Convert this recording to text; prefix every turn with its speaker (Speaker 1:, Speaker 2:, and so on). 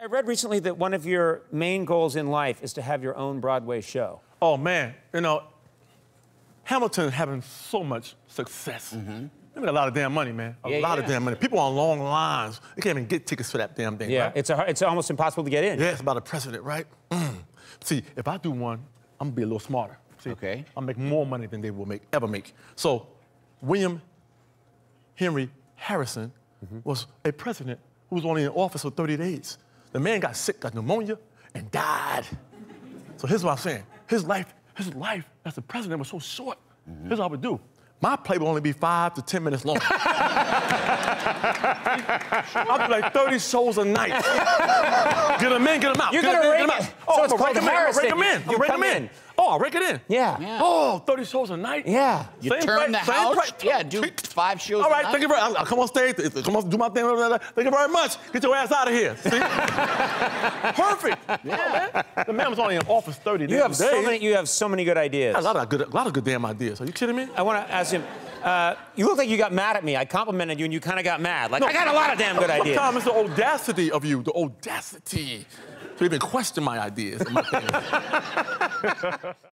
Speaker 1: I read recently that one of your main goals in life is to have your own Broadway show.
Speaker 2: Oh man, you know, Hamilton having so much success. They make a lot of damn money, man. A
Speaker 1: Mm-hmm. Yeah,
Speaker 2: lot of
Speaker 1: yeah.
Speaker 2: damn money. People on long lines. They can't even get tickets for that damn thing.
Speaker 1: Yeah,
Speaker 2: Right?
Speaker 1: it's, a, hard- it's almost impossible to get in.
Speaker 2: yeah, it's about a president, right? Mm. See, if I do one, I'm gonna be a little smarter. See,
Speaker 3: Okay.
Speaker 2: I'll make more money than they will make ever make. So, William Henry Harrison
Speaker 1: Mm-hmm.
Speaker 2: was a president who was only in office for 30 days. The man got sick, got pneumonia, and died. So here's what I'm saying. His life, his life as the president was so short.
Speaker 1: Mm-hmm.
Speaker 2: Here's what I would do. My play would only be five to 10 minutes long. I'll do like 30 shows a night. get them in, get them out.
Speaker 1: You're
Speaker 2: get 'em
Speaker 1: gonna
Speaker 2: in,
Speaker 1: rake
Speaker 2: get 'em
Speaker 1: it.
Speaker 2: out. Oh,
Speaker 1: So it's
Speaker 2: I'ma
Speaker 1: called
Speaker 2: rake 'em in, I'ma
Speaker 1: Harrison.
Speaker 2: rake 'em in.
Speaker 1: You
Speaker 2: I'ma rake
Speaker 1: come
Speaker 2: 'em in.
Speaker 1: in.
Speaker 2: Oh, I'll rake it in.
Speaker 1: Yeah.
Speaker 3: Yeah.
Speaker 2: Oh, 30 shows a night?
Speaker 1: Yeah.
Speaker 3: You
Speaker 2: Same
Speaker 3: turn
Speaker 2: price,
Speaker 3: the
Speaker 2: same
Speaker 3: house.
Speaker 2: price.
Speaker 3: Yeah, do five shows.
Speaker 2: All
Speaker 3: a
Speaker 2: right,
Speaker 3: night.
Speaker 2: thank you very I'll, I'll come on stage. I'll come on, do my thing. blah, blah, blah. Thank you very much. Get your ass out of here. See? Perfect. Yeah. The man was only in office 30
Speaker 1: You
Speaker 2: days.
Speaker 1: have, so many, you have so many good ideas.
Speaker 2: A lot of good, a lot of good damn ideas. Are you kidding me?
Speaker 1: I want to ask him. Uh, you look like you got mad at me. I complimented you, and you kind of got mad. Like I got a lot of damn good ideas.
Speaker 2: Sometimes it's the audacity of you, the audacity to even question my ideas. and my things.